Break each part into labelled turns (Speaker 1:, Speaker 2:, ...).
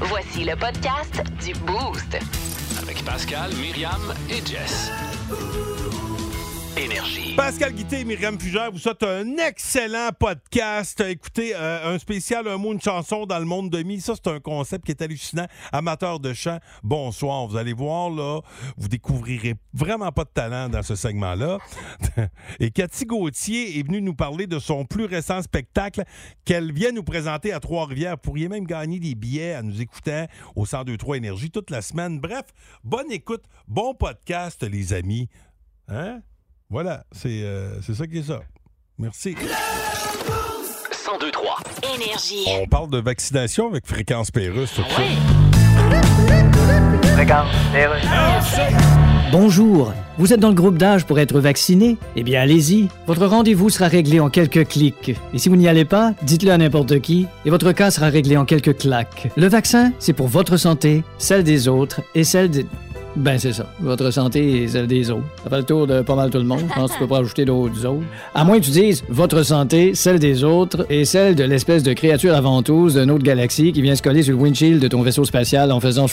Speaker 1: Voici le podcast du Boost.
Speaker 2: Avec Pascal, Myriam et Jess. Énergie.
Speaker 3: Pascal Guité et Myriam Fugère vous souhaitent un excellent podcast. Écoutez, euh, un spécial, un mot, une chanson dans le monde de mi. Ça, c'est un concept qui est hallucinant. Amateur de chant, bonsoir. Vous allez voir, là, vous découvrirez vraiment pas de talent dans ce segment-là. Et Cathy Gauthier est venue nous parler de son plus récent spectacle qu'elle vient nous présenter à Trois-Rivières. Vous pourriez même gagner des billets à nous écoutant au 1023 Énergie toute la semaine. Bref, bonne écoute, bon podcast, les amis. Hein? Voilà, c'est euh, c'est ça qui est ça. Merci.
Speaker 2: 1023.
Speaker 1: Énergie.
Speaker 3: On parle de vaccination avec Fréquence Pérusse, tout ça.
Speaker 4: Bonjour, vous êtes dans le groupe d'âge pour être vacciné? Eh bien, allez-y. Votre rendez-vous sera réglé en quelques clics. Et si vous n'y allez pas, dites-le à n'importe qui et votre cas sera réglé en quelques claques. Le vaccin, c'est pour votre santé, celle des autres et celle des... Ben, c'est ça. Votre santé et celle des autres. Ça fait le tour de pas mal tout le monde. Je pense que tu peux pas ajouter d'autres autres. À moins que tu dises votre santé, celle des autres et celle de l'espèce de créature aventouse d'une autre galaxie qui vient se coller sur le windshield de ton vaisseau spatial en faisant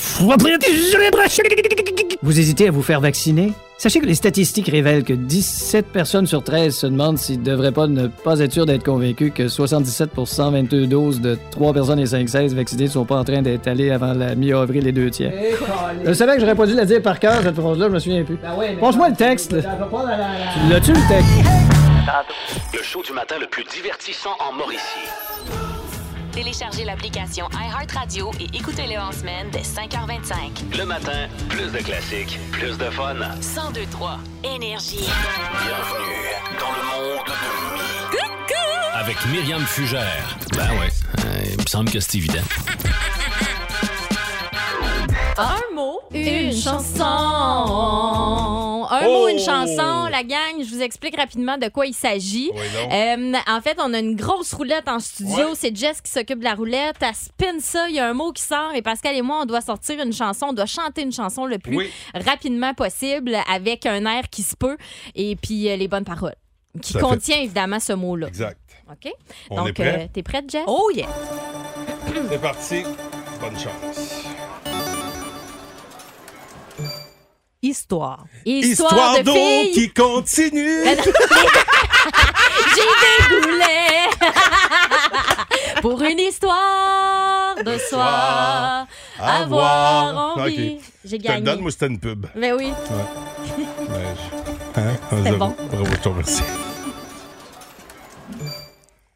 Speaker 4: vous hésitez à vous faire vacciner? Sachez que les statistiques révèlent que 17 personnes sur 13 se demandent s'ils ne devraient pas ne pas être sûrs d'être convaincus que 77 22 doses de 3 personnes et 5 16 vaccinées ne sont pas en train d'être allées avant la mi-avril et 2 tiers. Je savais que j'aurais pas dû la dire par cœur, cette phrase-là, je me souviens plus. Pense-moi le texte. Tu L'as-tu le texte?
Speaker 2: Le show du matin le plus divertissant en Mauricie.
Speaker 1: Téléchargez l'application iHeartRadio et écoutez-le en semaine dès 5h25.
Speaker 2: Le matin, plus de classiques, plus de fun.
Speaker 1: 1023 Énergie.
Speaker 2: Bienvenue dans le monde de Mi. Avec Myriam Fugère. Ben ouais, il me semble que c'est évident.
Speaker 5: Un mot, une, chanson. Un mot,
Speaker 3: Oh!
Speaker 5: une chanson. La gang, je vous explique rapidement de quoi il s'agit. Euh, en fait, on a une grosse roulette en studio. C'est Jess qui s'occupe de la roulette. Elle spin ça. Il y a un mot qui sort. Et Pascal et moi, on doit sortir une chanson. On doit chanter une chanson le plus
Speaker 3: Oui.
Speaker 5: rapidement possible avec un air qui se peut et puis euh, les bonnes paroles. Qui
Speaker 3: Ça fait-
Speaker 5: contient évidemment ce mot-là.
Speaker 3: Exact.
Speaker 5: OK?
Speaker 3: On est
Speaker 5: Donc,
Speaker 3: prêt?
Speaker 5: euh, t'es prête, Jess?
Speaker 6: Oh yeah!
Speaker 3: C'est parti. Bonne chance.
Speaker 6: Histoire.
Speaker 5: Histoire, de
Speaker 3: d'eau
Speaker 5: filles!
Speaker 3: qui continue.
Speaker 5: J'y déboulais pour une histoire de soir.
Speaker 3: à
Speaker 5: Avoir
Speaker 3: voir.
Speaker 5: envie.
Speaker 3: Ok.
Speaker 5: J'ai
Speaker 3: Je te le
Speaker 5: gagné.
Speaker 3: donne, moi, c'était une pub.
Speaker 5: Mais oui,
Speaker 3: Ouais, je- Hein? Un
Speaker 5: C'était
Speaker 3: zéro.
Speaker 5: bon.
Speaker 3: Bravo, je te remercie.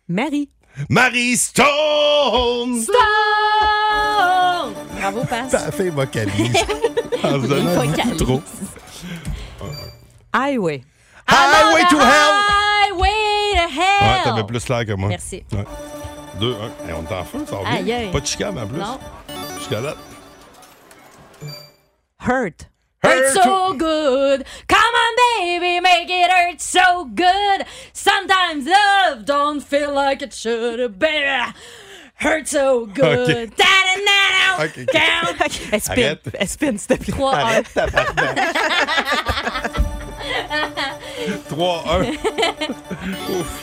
Speaker 6: Marie.
Speaker 3: Marie Stone!
Speaker 5: Stone! Bravo, Pass.
Speaker 3: Ça fait vocalise. Ah, en se donnant
Speaker 5: Vocalise.
Speaker 3: beaucoup trop.
Speaker 6: Highway.
Speaker 3: Highway to hell!
Speaker 5: Ah, Highway to
Speaker 3: Ouais,
Speaker 5: hell!
Speaker 3: t'avais plus l'air que moi.
Speaker 5: oh! Merci.
Speaker 3: Ouais. Deux, un. Et on t'en fout, ça va
Speaker 5: Aïe,
Speaker 3: bien.
Speaker 5: aïe.
Speaker 3: Pas de chicane en plus.
Speaker 5: Non.
Speaker 3: Chicolate.
Speaker 6: Hurt.
Speaker 5: Hurt so good. Come on, baby, make it hurt so good. Sometimes love don't feel like it should, baby. Hurt so good.
Speaker 3: Ok.
Speaker 5: Da-da-da-da.
Speaker 3: Ok, ok.
Speaker 5: Down.
Speaker 6: Elle spin.
Speaker 3: Arrête.
Speaker 6: Elle spin, s'il te plaît.
Speaker 5: 3-1.
Speaker 3: 3-1.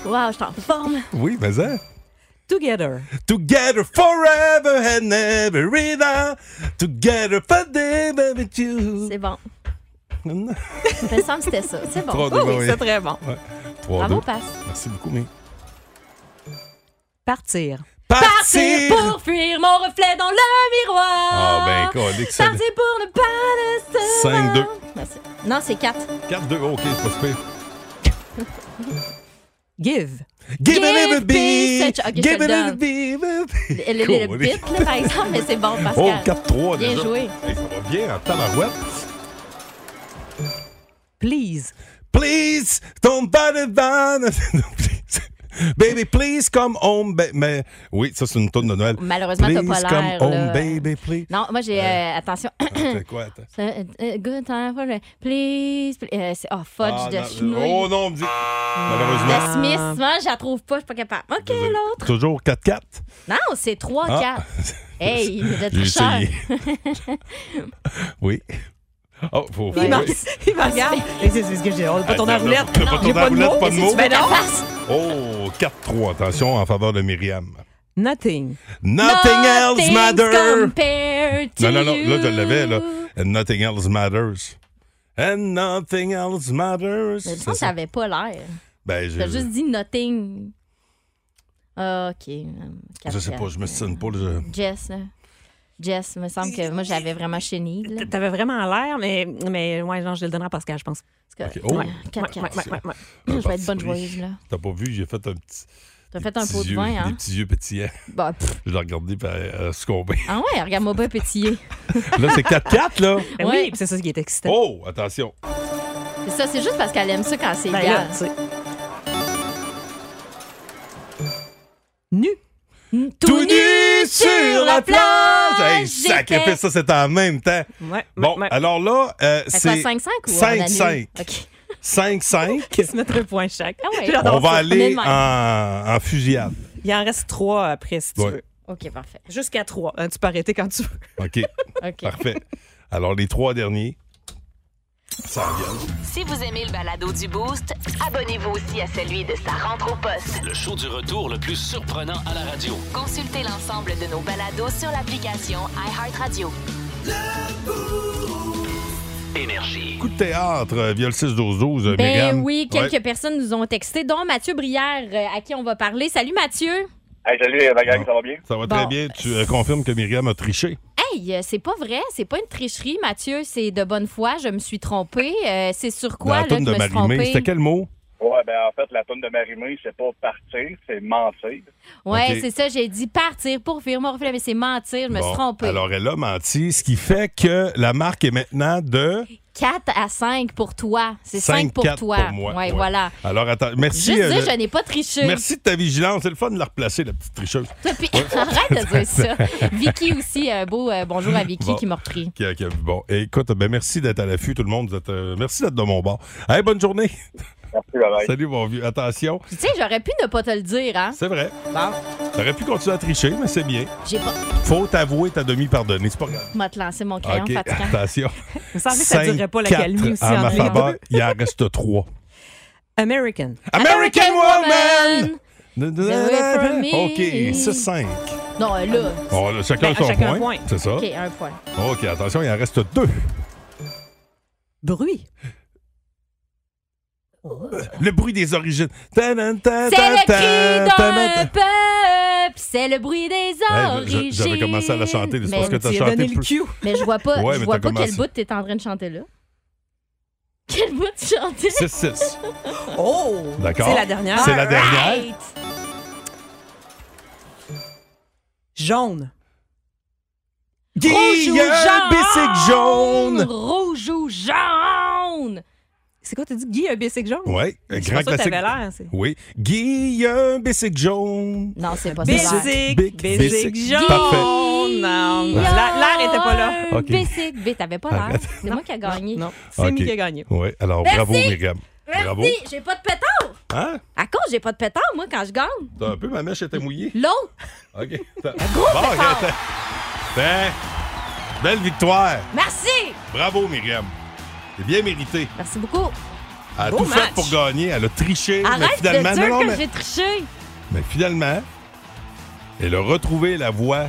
Speaker 5: Wow, je t'en forme.
Speaker 3: Oui, mais hein? ça.
Speaker 6: Together.
Speaker 3: Together forever and never either. Together forever with you.
Speaker 5: C'est bon.
Speaker 3: Non.
Speaker 5: Il me semble que c'était ça. C'est bon.
Speaker 3: Trois, deux,
Speaker 6: Oh, oui,
Speaker 3: oui.
Speaker 6: c'est très bon.
Speaker 3: Ouais.
Speaker 5: Bravo,
Speaker 3: 3-2.
Speaker 5: passe.
Speaker 3: Merci beaucoup, mais.
Speaker 6: Partir.
Speaker 5: Partir pour fuir mon reflet dans le miroir.
Speaker 3: Ah, ben, colique, ça.
Speaker 5: Partir pour ne pas le
Speaker 3: 5-2.
Speaker 5: Merci. Non, c'est 4.
Speaker 3: 4-2. OK, c'est pas super.
Speaker 6: Give.
Speaker 3: Give,
Speaker 5: Give
Speaker 3: it a
Speaker 5: peace
Speaker 3: beat.
Speaker 5: a- OK, je
Speaker 3: Give
Speaker 5: te
Speaker 3: it a
Speaker 5: donne.
Speaker 3: beat.
Speaker 5: Le, le- le
Speaker 3: Colique.
Speaker 5: bit, là, par exemple, mais c'est bon,
Speaker 3: Oh,
Speaker 5: Pascal.
Speaker 3: 4-3
Speaker 5: Bien
Speaker 3: déjà.
Speaker 5: joué.
Speaker 3: Hey, ça va bien en tabarouette.
Speaker 6: Please.
Speaker 3: Please, don't bother down. Baby, please come home. ba- mais, oui, ça, c'est une tourne de Noël.
Speaker 5: Malheureusement, t'as pas
Speaker 3: Please come
Speaker 5: l'air.
Speaker 3: home,
Speaker 5: là.
Speaker 3: baby, please.
Speaker 5: Non, moi, j'ai. euh, attention.
Speaker 3: C'est quoi, attends?
Speaker 5: Euh, euh, Good time for- Please. please. Euh, c'est- oh, fudge
Speaker 3: Ah,
Speaker 5: de
Speaker 3: non,
Speaker 5: chenouille.
Speaker 3: Oh non, on me dit. Malheureusement.
Speaker 5: La Smith, moi, je la trouve pas, je suis pas capable. OK,
Speaker 3: Désolé.
Speaker 5: l'autre.
Speaker 3: Toujours 4-4.
Speaker 5: Non, c'est 3,
Speaker 3: Ah.
Speaker 5: 4. Hey, le
Speaker 3: J'ai
Speaker 5: tricheur.
Speaker 3: essayé. oui. Oh, faut.
Speaker 6: Il m'a
Speaker 3: oui.
Speaker 6: il m'a regardé. Et c'est c'est ce que j'ai. On n'a pas
Speaker 3: Ah,
Speaker 6: tourné à
Speaker 3: non, non,
Speaker 6: roulette.
Speaker 3: t'as pas
Speaker 6: J'ai
Speaker 3: tourné à roulette, pas de
Speaker 6: Qu'est-ce que
Speaker 3: mots.
Speaker 6: tu fais donc?
Speaker 3: Oh, 4-3. Attention en faveur de Myriam.
Speaker 6: Nothing.
Speaker 3: Nothing else matters.
Speaker 5: compared to
Speaker 3: Non, non, non. Là, je
Speaker 5: you.
Speaker 3: l'avais, là. And nothing else matters. And nothing else matters.
Speaker 5: Mais
Speaker 3: C'est
Speaker 5: Je pense que
Speaker 3: ça.
Speaker 5: j'avais pas l'air.
Speaker 3: Ben,
Speaker 5: T'as
Speaker 3: j'ai-
Speaker 5: juste dit nothing. Ah, OK.
Speaker 3: Je sais pas, je me sonne pas. là, je-
Speaker 5: Jess, là. Jess, me semble que moi, j'avais vraiment chenille. là.
Speaker 6: T'avais vraiment l'air, mais, mais ouais, non, je le donnerai à Pascal, je pense.
Speaker 5: En tout
Speaker 3: Ok,
Speaker 5: cas,
Speaker 3: oh. Ah,
Speaker 5: ouais,
Speaker 6: Ouais,
Speaker 5: quatre,
Speaker 6: ouais,
Speaker 5: quatre.
Speaker 6: ouais, ouais, ouais.
Speaker 5: Je vais être bonne
Speaker 3: Oui.
Speaker 5: joyeuse, là.
Speaker 3: T'as pas vu, j'ai fait un petit.
Speaker 5: T'as
Speaker 3: des
Speaker 5: fait un
Speaker 3: petits
Speaker 5: pot de
Speaker 3: yeux-
Speaker 5: vin,
Speaker 3: Des
Speaker 5: hein?
Speaker 3: petits yeux pétillants.
Speaker 5: Bah, pff.
Speaker 3: Je l'ai regardé, puis elle elle a succombé.
Speaker 5: ah ouais, regarde-moi pas pétiller.
Speaker 3: Là, c'est 4-4, là.
Speaker 6: Ben
Speaker 5: Ouais.
Speaker 6: Oui, puis c'est ça qui est excitant.
Speaker 3: Oh, attention.
Speaker 5: C'est ça, c'est juste parce qu'elle aime ça quand c'est
Speaker 6: Ben
Speaker 5: égal.
Speaker 6: là, tu sais.
Speaker 3: Euh,
Speaker 6: Nu.
Speaker 3: Tout nu sur la plage! Hey,
Speaker 5: j'étais.
Speaker 3: sacrifice, ça, c'est en même temps.
Speaker 6: Ouais,
Speaker 3: Bon,
Speaker 6: ouais, ouais.
Speaker 3: alors là, euh,
Speaker 5: Fait quoi,
Speaker 3: c'est
Speaker 5: 5-5 ou on
Speaker 3: 5-5.
Speaker 5: annule? OK.
Speaker 3: 5-5.
Speaker 6: Qui se mettre un point chaque.
Speaker 5: Ah ouais.
Speaker 6: J'adore
Speaker 3: On va
Speaker 6: ça.
Speaker 5: est
Speaker 3: aller
Speaker 5: de même.
Speaker 3: en, en fusillade.
Speaker 6: Il en reste trois après, si tu
Speaker 3: Ouais.
Speaker 6: veux.
Speaker 5: OK, parfait.
Speaker 6: Jusqu'à trois. Hein, tu peux arrêter quand tu veux.
Speaker 3: OK,
Speaker 5: OK.
Speaker 3: parfait. Alors, les trois derniers. Ça vient.
Speaker 1: Si vous aimez le balado du Boost, abonnez-vous aussi à celui de sa rentre au poste.
Speaker 2: Le show du retour le plus surprenant à la radio.
Speaker 1: Consultez l'ensemble de nos balados sur l'application iHeartRadio.
Speaker 2: Énergie.
Speaker 3: Coup de théâtre euh, via le 6-12-12, euh,
Speaker 5: Ben
Speaker 3: Myriam.
Speaker 5: oui, quelques
Speaker 3: Ouais.
Speaker 5: personnes nous ont texté, dont Mathieu Brière, euh, à qui on va parler. Salut Mathieu!
Speaker 7: Hey, salut la gang, ça va bien?
Speaker 3: Ah, Ça va
Speaker 5: Bon.
Speaker 3: très bien. Tu euh, confirmes que Myriam a triché.
Speaker 5: Hey, euh, c'est pas vrai, c'est pas une tricherie, Mathieu, c'est de bonne foi, je me suis trompée. Euh, c'est sur quoi, là,
Speaker 3: dans la
Speaker 5: que je
Speaker 3: toune de
Speaker 5: me suis
Speaker 3: Marimé.
Speaker 5: trompée?
Speaker 3: C'était quel mot?
Speaker 7: Ouais, ben en fait, la toune de Marimé, c'est pas partir, c'est mentir.
Speaker 5: Ouais,
Speaker 3: Ok.
Speaker 5: c'est ça, j'ai dit partir pour firmer, reflet, mais c'est mentir, je me
Speaker 3: Bon,
Speaker 5: suis trompée.
Speaker 3: Alors, elle a menti, ce qui fait que la marque est maintenant de
Speaker 5: 4 à 5 pour toi, c'est 5,
Speaker 3: 5
Speaker 5: pour
Speaker 3: 4
Speaker 5: toi.
Speaker 3: pour moi.
Speaker 5: Ouais,
Speaker 3: Ouais.
Speaker 5: voilà.
Speaker 3: Alors, attends, merci.
Speaker 5: Juste
Speaker 3: euh,
Speaker 5: dire,
Speaker 3: le-
Speaker 5: je n'ai pas triché.
Speaker 3: Merci de ta vigilance. C'est le fun de la replacer, la petite tricheuse.
Speaker 5: Toi, puis- Arrête de dire ça. Vicky aussi, un beau euh, bonjour à Vicky
Speaker 3: Bon.
Speaker 5: qui m'a repris.
Speaker 3: Qui a- qui a- Bon, écoute, ben merci d'être à l'affût, tout le monde. Vous êtes, euh, merci d'être de mon bord. Hey, bonne journée.
Speaker 7: Merci, la gang.
Speaker 3: Salut, mon vieux. Attention.
Speaker 5: Puis, Tu sais, j'aurais pu ne pas te le dire, hein?
Speaker 3: C'est vrai.
Speaker 5: Bon,
Speaker 3: T'aurais pu continuer à tricher, mais c'est bien.
Speaker 5: j'ai pas.
Speaker 3: Faut t'avouer ta demi-pardonnée. C'est pas grave.
Speaker 5: Je vais te lancer mon crayon
Speaker 3: OK,
Speaker 5: fatigant.
Speaker 3: attention.
Speaker 6: Il me semblait que ça ne durerait pas la
Speaker 3: 5-4
Speaker 6: calmie aussi
Speaker 3: à ma
Speaker 6: entre les
Speaker 3: faveur.
Speaker 6: deux.
Speaker 3: Il en reste trois.
Speaker 6: American.
Speaker 3: American Woman!
Speaker 5: it for me.
Speaker 3: OK, c'est 5.
Speaker 5: Non, euh, là.
Speaker 3: Oh, là, chacun
Speaker 6: Ben,
Speaker 3: son
Speaker 6: chacun un
Speaker 3: point.
Speaker 6: point.
Speaker 3: C'est ça.
Speaker 5: OK, un point.
Speaker 3: OK, attention, il en reste deux.
Speaker 6: Bruit.
Speaker 3: Le bruit des origines. C'est
Speaker 5: C'est le
Speaker 3: le
Speaker 5: cri d'un peuple, c'est le bruit des origines.
Speaker 3: J'avais commencé à la chanter, c'est
Speaker 5: mais,
Speaker 3: parce que t'as
Speaker 6: Tu as
Speaker 3: chanté
Speaker 6: donné
Speaker 3: le
Speaker 6: le
Speaker 3: plus.
Speaker 6: cue.
Speaker 5: mais je vois pas,
Speaker 3: Ouais,
Speaker 5: je
Speaker 3: mais
Speaker 5: vois
Speaker 3: t'as
Speaker 5: pas quel
Speaker 3: commencé.
Speaker 5: bout t'es en train de chanter là. Quel bout tu chantais?
Speaker 3: 6-6.
Speaker 6: Oh!
Speaker 3: D'accord.
Speaker 6: C'est la dernière.
Speaker 3: C'est la dernière.
Speaker 5: Right.
Speaker 6: Jaune.
Speaker 3: Guillaume Bissic jaune.
Speaker 5: Rouge ou jaune!
Speaker 6: C'est quoi, t'as dit Guy, un bicycle jaune?
Speaker 3: Oui,
Speaker 6: Je suis pas sûre que
Speaker 3: grand classique.
Speaker 6: t'avais l'air. c'est-
Speaker 3: Oui. Guillaume Bissic jaune.
Speaker 5: Non, c'est pas ça. l'air.
Speaker 6: Bicycle,
Speaker 3: Bic,
Speaker 6: bicycle
Speaker 3: bicycle.
Speaker 6: jaune.
Speaker 3: Parfait.
Speaker 6: Non, non, la- l'air était pas là.
Speaker 3: OK.
Speaker 5: Bicycle. B, t'avais pas l'air.
Speaker 3: Arrête.
Speaker 5: C'est moi qui ai gagné.
Speaker 6: Non, c'est
Speaker 3: OK.
Speaker 6: Mickey qui a gagné.
Speaker 3: Oui, alors
Speaker 5: Merci.
Speaker 3: bravo, Myriam. Bravo.
Speaker 5: Merci, j'ai pas de pétard.
Speaker 3: Hein?
Speaker 5: À cause, j'ai pas de pétard, moi, quand je gagne.
Speaker 3: T'as un peu, ma mèche était mouillée.
Speaker 5: L'autre,
Speaker 3: OK. Bon, OK, attends. Ben, Belle victoire.
Speaker 5: merci.
Speaker 3: Bravo, Myriam. C'est bien mérité.
Speaker 5: Merci beaucoup.
Speaker 3: Elle a
Speaker 6: Beau
Speaker 3: tout
Speaker 6: match.
Speaker 3: fait pour gagner. Elle a triché. mais
Speaker 5: Arrête
Speaker 3: finalement,
Speaker 5: de dire
Speaker 3: non, non,
Speaker 5: que
Speaker 3: mais,
Speaker 5: j'ai triché.
Speaker 3: mais finalement, elle a retrouvé la voie.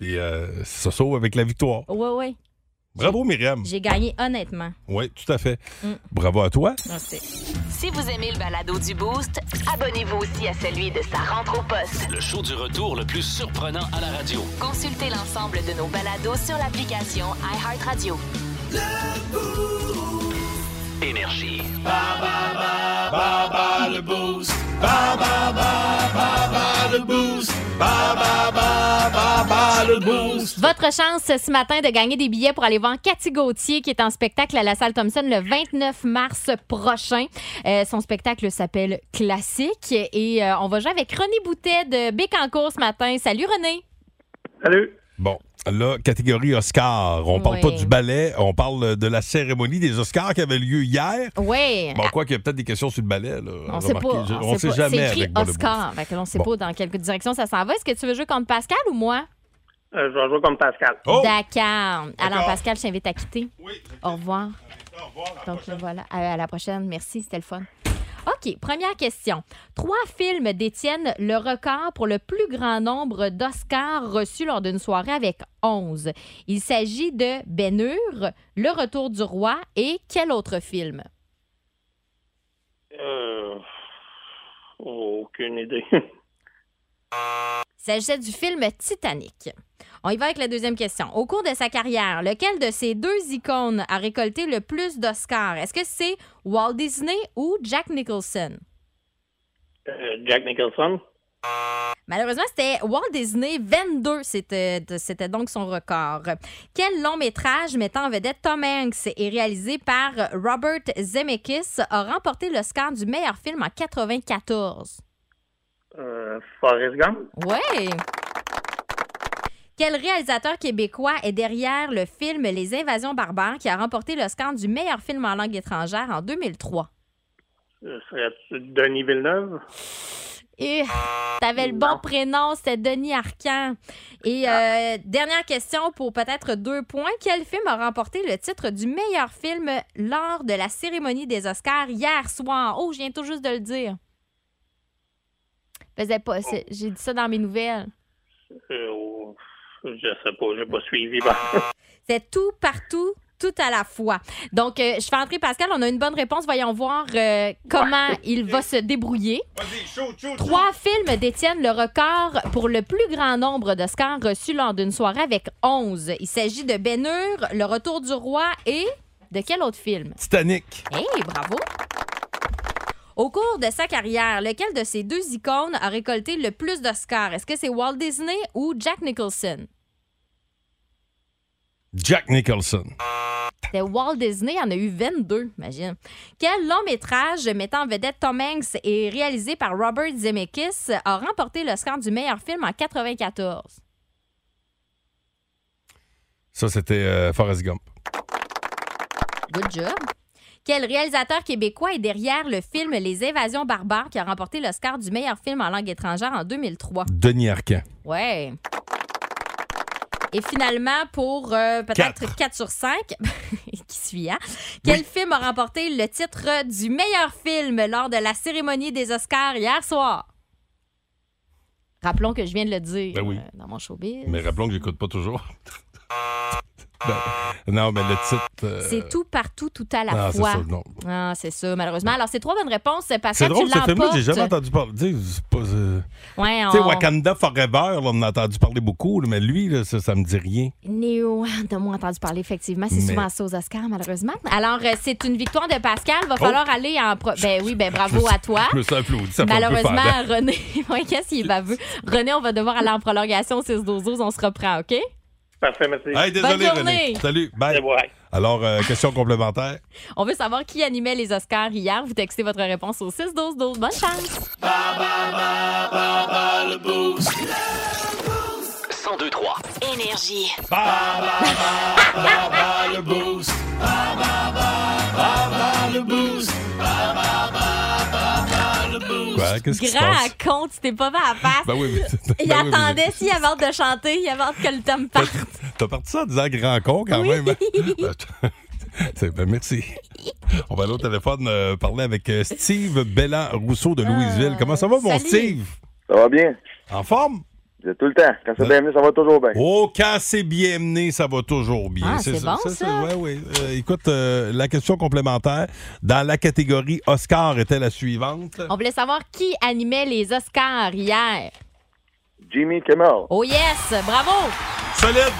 Speaker 3: Et euh, ça sauve avec la victoire.
Speaker 5: Ouais, ouais.
Speaker 3: Bravo, Myriam.
Speaker 5: J'ai Mm. gagné honnêtement.
Speaker 3: Oui, tout à fait. Bravo à toi.
Speaker 5: Merci.
Speaker 1: Si vous aimez le balado du Boost, abonnez-vous aussi à celui de sa rentre au poste.
Speaker 2: Le show du retour le plus surprenant à la radio.
Speaker 1: Consultez l'ensemble de nos balados sur l'application iHeartRadio.
Speaker 2: Énergie.
Speaker 3: le
Speaker 2: le boost.
Speaker 5: Votre chance ce matin de gagner des billets pour aller voir Cathy Gauthier qui est en spectacle à la salle Thompson le 29 mars prochain. Euh, son spectacle s'appelle Classique et euh, on va jouer avec René Boutet de Bécancour ce matin. Salut René.
Speaker 7: Salut.
Speaker 3: Bon, là, catégorie Oscar. On parle
Speaker 5: Oui.
Speaker 3: pas du ballet, on parle de la cérémonie des Oscars qui avait lieu hier.
Speaker 5: Oui.
Speaker 3: Bon, quoi qu'il y a peut-être des questions sur le ballet. Là,
Speaker 5: Ah, On sait
Speaker 3: remarquez,
Speaker 5: pas.
Speaker 3: je-
Speaker 5: On sait, pas.
Speaker 3: jamais
Speaker 5: C'est écrit
Speaker 3: avec Bois de Beauce.
Speaker 5: Oscar. Fait que là, on sait
Speaker 3: Bon.
Speaker 5: pas dans quelle direction ça s'en va. Est-ce que tu veux jouer contre Pascal ou moi?
Speaker 7: Euh, je vais jouer comme Pascal.
Speaker 3: Oh!
Speaker 5: D'accord. Alors,
Speaker 3: D'accord.
Speaker 5: Pascal, je t'invite à quitter.
Speaker 3: Oui,
Speaker 5: Au revoir.
Speaker 3: au revoir.
Speaker 5: Donc, le voilà. À, à la prochaine. Merci, c'était le fun. OK, première question. Trois films détiennent le record pour le plus grand nombre d'Oscars reçus lors d'une soirée avec 11. Il s'agit de Ben Hur, Le Retour du Roi et quel autre film?
Speaker 7: Euh, oh, aucune idée.
Speaker 5: Il s'agissait du film Titanic. On y va avec la deuxième question. Au cours de sa carrière, lequel de ces deux icônes a récolté le plus d'Oscars? Est-ce que c'est Walt Disney ou Jack Nicholson?
Speaker 7: Euh, Jack Nicholson.
Speaker 5: Malheureusement, c'était Walt Disney 22, c'était c'était donc son record. Quel long métrage mettant en vedette Tom Hanks et réalisé par Robert Zemeckis a remporté l'Oscar du meilleur film en 94?
Speaker 7: Euh, Forrest Gump.
Speaker 5: Ouais! Quel réalisateur québécois est derrière le film Les Invasions barbares qui a remporté l'Oscar du meilleur film en langue étrangère en 2003?
Speaker 7: Euh, Serait-tu Denis Villeneuve?
Speaker 5: Et Eh, t'avais le bon prénom, c'était Denis Arcan. Et euh, dernière question pour peut-être deux points. Quel film a remporté le titre du meilleur film lors de la cérémonie des Oscars hier soir? Oh, je viens tout juste de le dire. Faisais pas, c'est- j'ai dit ça dans mes nouvelles.
Speaker 7: Euh, oh, je sais pas, j'ai pas suivi. ben.
Speaker 5: C'est tout partout, tout à la fois. Donc, euh, je fais entrer Pascal, on a une bonne réponse. Voyons voir euh, comment il va se débrouiller.
Speaker 3: Vas-y, chaud, chaud, chaud.
Speaker 5: Trois films détiennent le record pour le plus grand nombre d'Oscars reçus lors d'une soirée avec 11. Il s'agit de Ben Hur, Le Retour du Roi et de quel autre film?
Speaker 3: Titanic.
Speaker 5: Hé, bravo! Au cours de sa carrière, lequel de ces deux icônes a récolté le plus d'Oscars? Est-ce que c'est Walt Disney ou Jack Nicholson?
Speaker 3: Jack Nicholson.
Speaker 5: C'était Walt Disney, il y en a eu 22, imagine. Quel long métrage mettant en vedette Tom Hanks et réalisé par Robert Zemeckis a remporté l'Oscar du meilleur film en 94?
Speaker 3: Ça, c'était euh, Forrest Gump.
Speaker 5: Good job. Quel réalisateur québécois est derrière le film Les Évasions barbares qui a remporté l'Oscar du meilleur film en langue étrangère en 2003?
Speaker 3: Denis Arcan.
Speaker 5: Ouais. Et finalement, pour euh, peut-être
Speaker 3: Quatre.
Speaker 5: 4 sur 5, qui suit, hein? Quel film a remporté le titre du meilleur film lors de la cérémonie des Oscars hier soir? Rappelons que je viens de le dire
Speaker 3: Ben oui.
Speaker 5: euh, dans mon showbiz.
Speaker 3: Mais rappelons que j'écoute pas toujours. Ben, non, mais le titre. euh,
Speaker 5: C'est tout partout, tout à la
Speaker 3: non, c'est
Speaker 5: fois.
Speaker 3: ça, non.
Speaker 5: Ah, c'est ça, malheureusement. Alors, c'est trois bonnes réponses.
Speaker 3: C'est
Speaker 5: Pascal,
Speaker 3: drôle,
Speaker 5: tu
Speaker 3: ce film-là,
Speaker 5: l'emportes.
Speaker 3: j'ai jamais entendu parler. Tu sais, c'est pas, euh,
Speaker 5: Ouais,
Speaker 3: tu sais,
Speaker 5: on-
Speaker 3: Wakanda Forever, là, on en a entendu parler beaucoup, là, mais lui, là, ça, ça me dit rien.
Speaker 5: Néo, t'as moins entendu parler, effectivement. C'est
Speaker 3: Mais-
Speaker 5: souvent ça aux Oscars, malheureusement. Alors, euh, c'est une victoire de Pascal. Va falloir aller en... pro- Ben oui, ben bravo à toi.
Speaker 3: Oh! Je me suis applaudi, ça fait un peu
Speaker 5: Malheureusement,
Speaker 3: fendant.
Speaker 5: René, ouais, qu'est-ce qu'il est baveux? René, on va devoir aller en prolongation au 6-12-12. On se reprend, OK?
Speaker 7: Parfait, merci.
Speaker 3: Hey, désolé,
Speaker 5: Bonne
Speaker 3: René.
Speaker 5: journée.
Speaker 3: Salut, bye.
Speaker 7: C'est vrai.
Speaker 3: Alors, euh, question complémentaire.
Speaker 5: On veut savoir qui animait les Oscars hier. Vous textez votre réponse au 6-12-12. Bonne chance!
Speaker 2: 1023.
Speaker 1: Énergie.
Speaker 3: Quoi? Qu'est-ce qui se
Speaker 5: Grand
Speaker 3: passe?
Speaker 5: compte, tu t'es pas fait à face.
Speaker 3: Ben oui, mais-
Speaker 5: Il
Speaker 3: ben oui, mais-
Speaker 5: attendait, s'il avait hâte de chanter, il avait hâte que le thème parte.
Speaker 3: T'as parti ça en disant grand con quand même. hein? Ben, t- c'est- ben, merci. On va aller au téléphone euh, parler avec euh, Steve Bellan-Rousseau de Louisville. Comment ça va, mon
Speaker 5: Ah, salut.
Speaker 3: Steve?
Speaker 8: Ça va bien?
Speaker 3: En forme? Euh,
Speaker 8: Vous êtes tout le temps. Quand c'est bien venu, ça va toujours bien.
Speaker 3: Oh, quand c'est bien mené, ça va toujours bien.
Speaker 5: Ah, c'est bon, ça.
Speaker 3: ouais, ouais. Euh, écoute, euh, la question complémentaire dans la catégorie Oscar était la suivante.
Speaker 5: On voulait savoir qui animait les Oscars hier.
Speaker 8: Jimmy Kimmel.
Speaker 5: Oh yes! Bravo!
Speaker 3: Solide!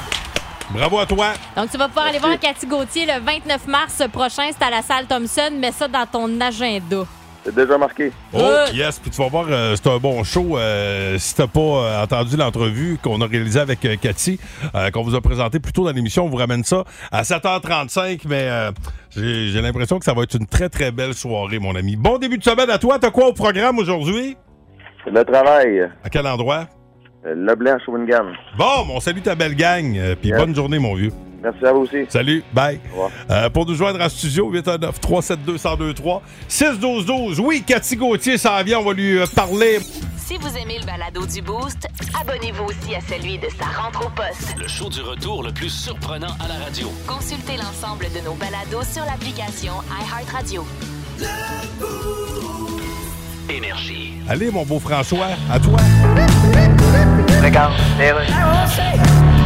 Speaker 3: Bravo à toi!
Speaker 5: Donc, tu vas pouvoir aller voir Cathy Gauthier le 29 mars prochain. C'est à la salle Thompson. Mets ça dans ton agenda.
Speaker 8: C'est déjà marqué.
Speaker 3: Oh, yes, puis tu vas voir, euh, c'est un bon show. euh, si t'as pas euh, entendu l'entrevue qu'on a réalisée avec euh, Cathy, euh, qu'on vous a présentée plus tôt dans l'émission, on vous ramène ça à 7h35, mais euh, j'ai j'ai l'impression que ça va être une très, très belle soirée, mon ami. Bon début de semaine à toi. T'as quoi au programme aujourd'hui?
Speaker 8: Le travail.
Speaker 3: À quel endroit?
Speaker 8: euh, Le blanc Shawinigan.
Speaker 3: Bon, on salue ta belle gang, euh, puis
Speaker 8: Yes.
Speaker 3: bonne journée, mon vieux.
Speaker 8: Merci à vous aussi.
Speaker 3: Salut, bye.
Speaker 8: Au revoir.
Speaker 3: Euh, pour nous joindre en studio, 819-372-1023, 612-12. Oui, Cathy Gauthier, ça vient, on va lui euh, parler.
Speaker 1: Si vous aimez le balado du Boost, abonnez-vous aussi à celui de sa rentre au poste.
Speaker 2: Le show du retour le plus surprenant à la radio.
Speaker 1: Consultez l'ensemble de nos balados sur l'application iHeartRadio.
Speaker 2: Énergie.
Speaker 3: Allez, mon beau François, à toi.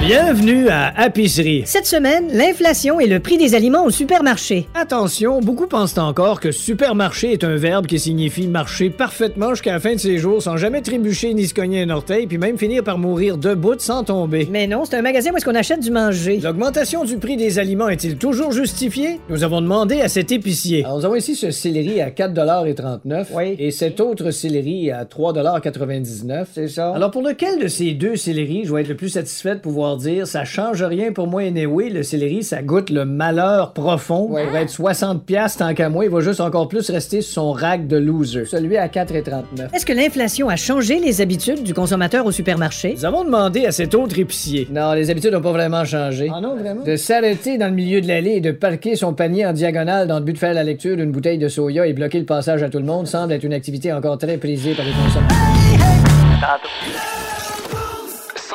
Speaker 4: Bienvenue à Apicerie.
Speaker 9: Cette semaine, l'inflation et le prix des aliments au supermarché.
Speaker 4: Attention, beaucoup pensent encore que supermarché est un verbe qui signifie marcher parfaitement jusqu'à la fin de ses jours sans jamais trébucher ni se cogner un orteil, puis même finir par mourir debout sans tomber.
Speaker 9: Mais non, c'est un magasin où est-ce qu'on achète du manger.
Speaker 4: L'augmentation du prix des aliments est-il toujours justifiée? Nous avons demandé à cet épicier. nous avons ici ce céleri à 4,39
Speaker 9: Oui.
Speaker 4: et cet autre céleri à 3,99
Speaker 9: C'est ça.
Speaker 4: Alors pour lequel de ces deux céleris je vais être le plus satisfait de pouvoir dire ça change rien pour moi anyway, le céleri ça goûte le malheur profond. Il va être 60 pièces tant qu'à moi, il va juste encore plus rester sur son rack de loser. Celui à 4,39.
Speaker 9: Est-ce que l'inflation a changé les habitudes du consommateur au supermarché?
Speaker 4: Nous avons demandé à cet autre épicier. Non, les habitudes n'ont pas vraiment changé. Ah non, vraiment? De s'arrêter dans le milieu de l'allée et de parquer son panier en diagonale dans le but de faire la lecture d'une bouteille de soya et bloquer le passage à tout le monde semble être une activité encore très prisée par les consommateurs.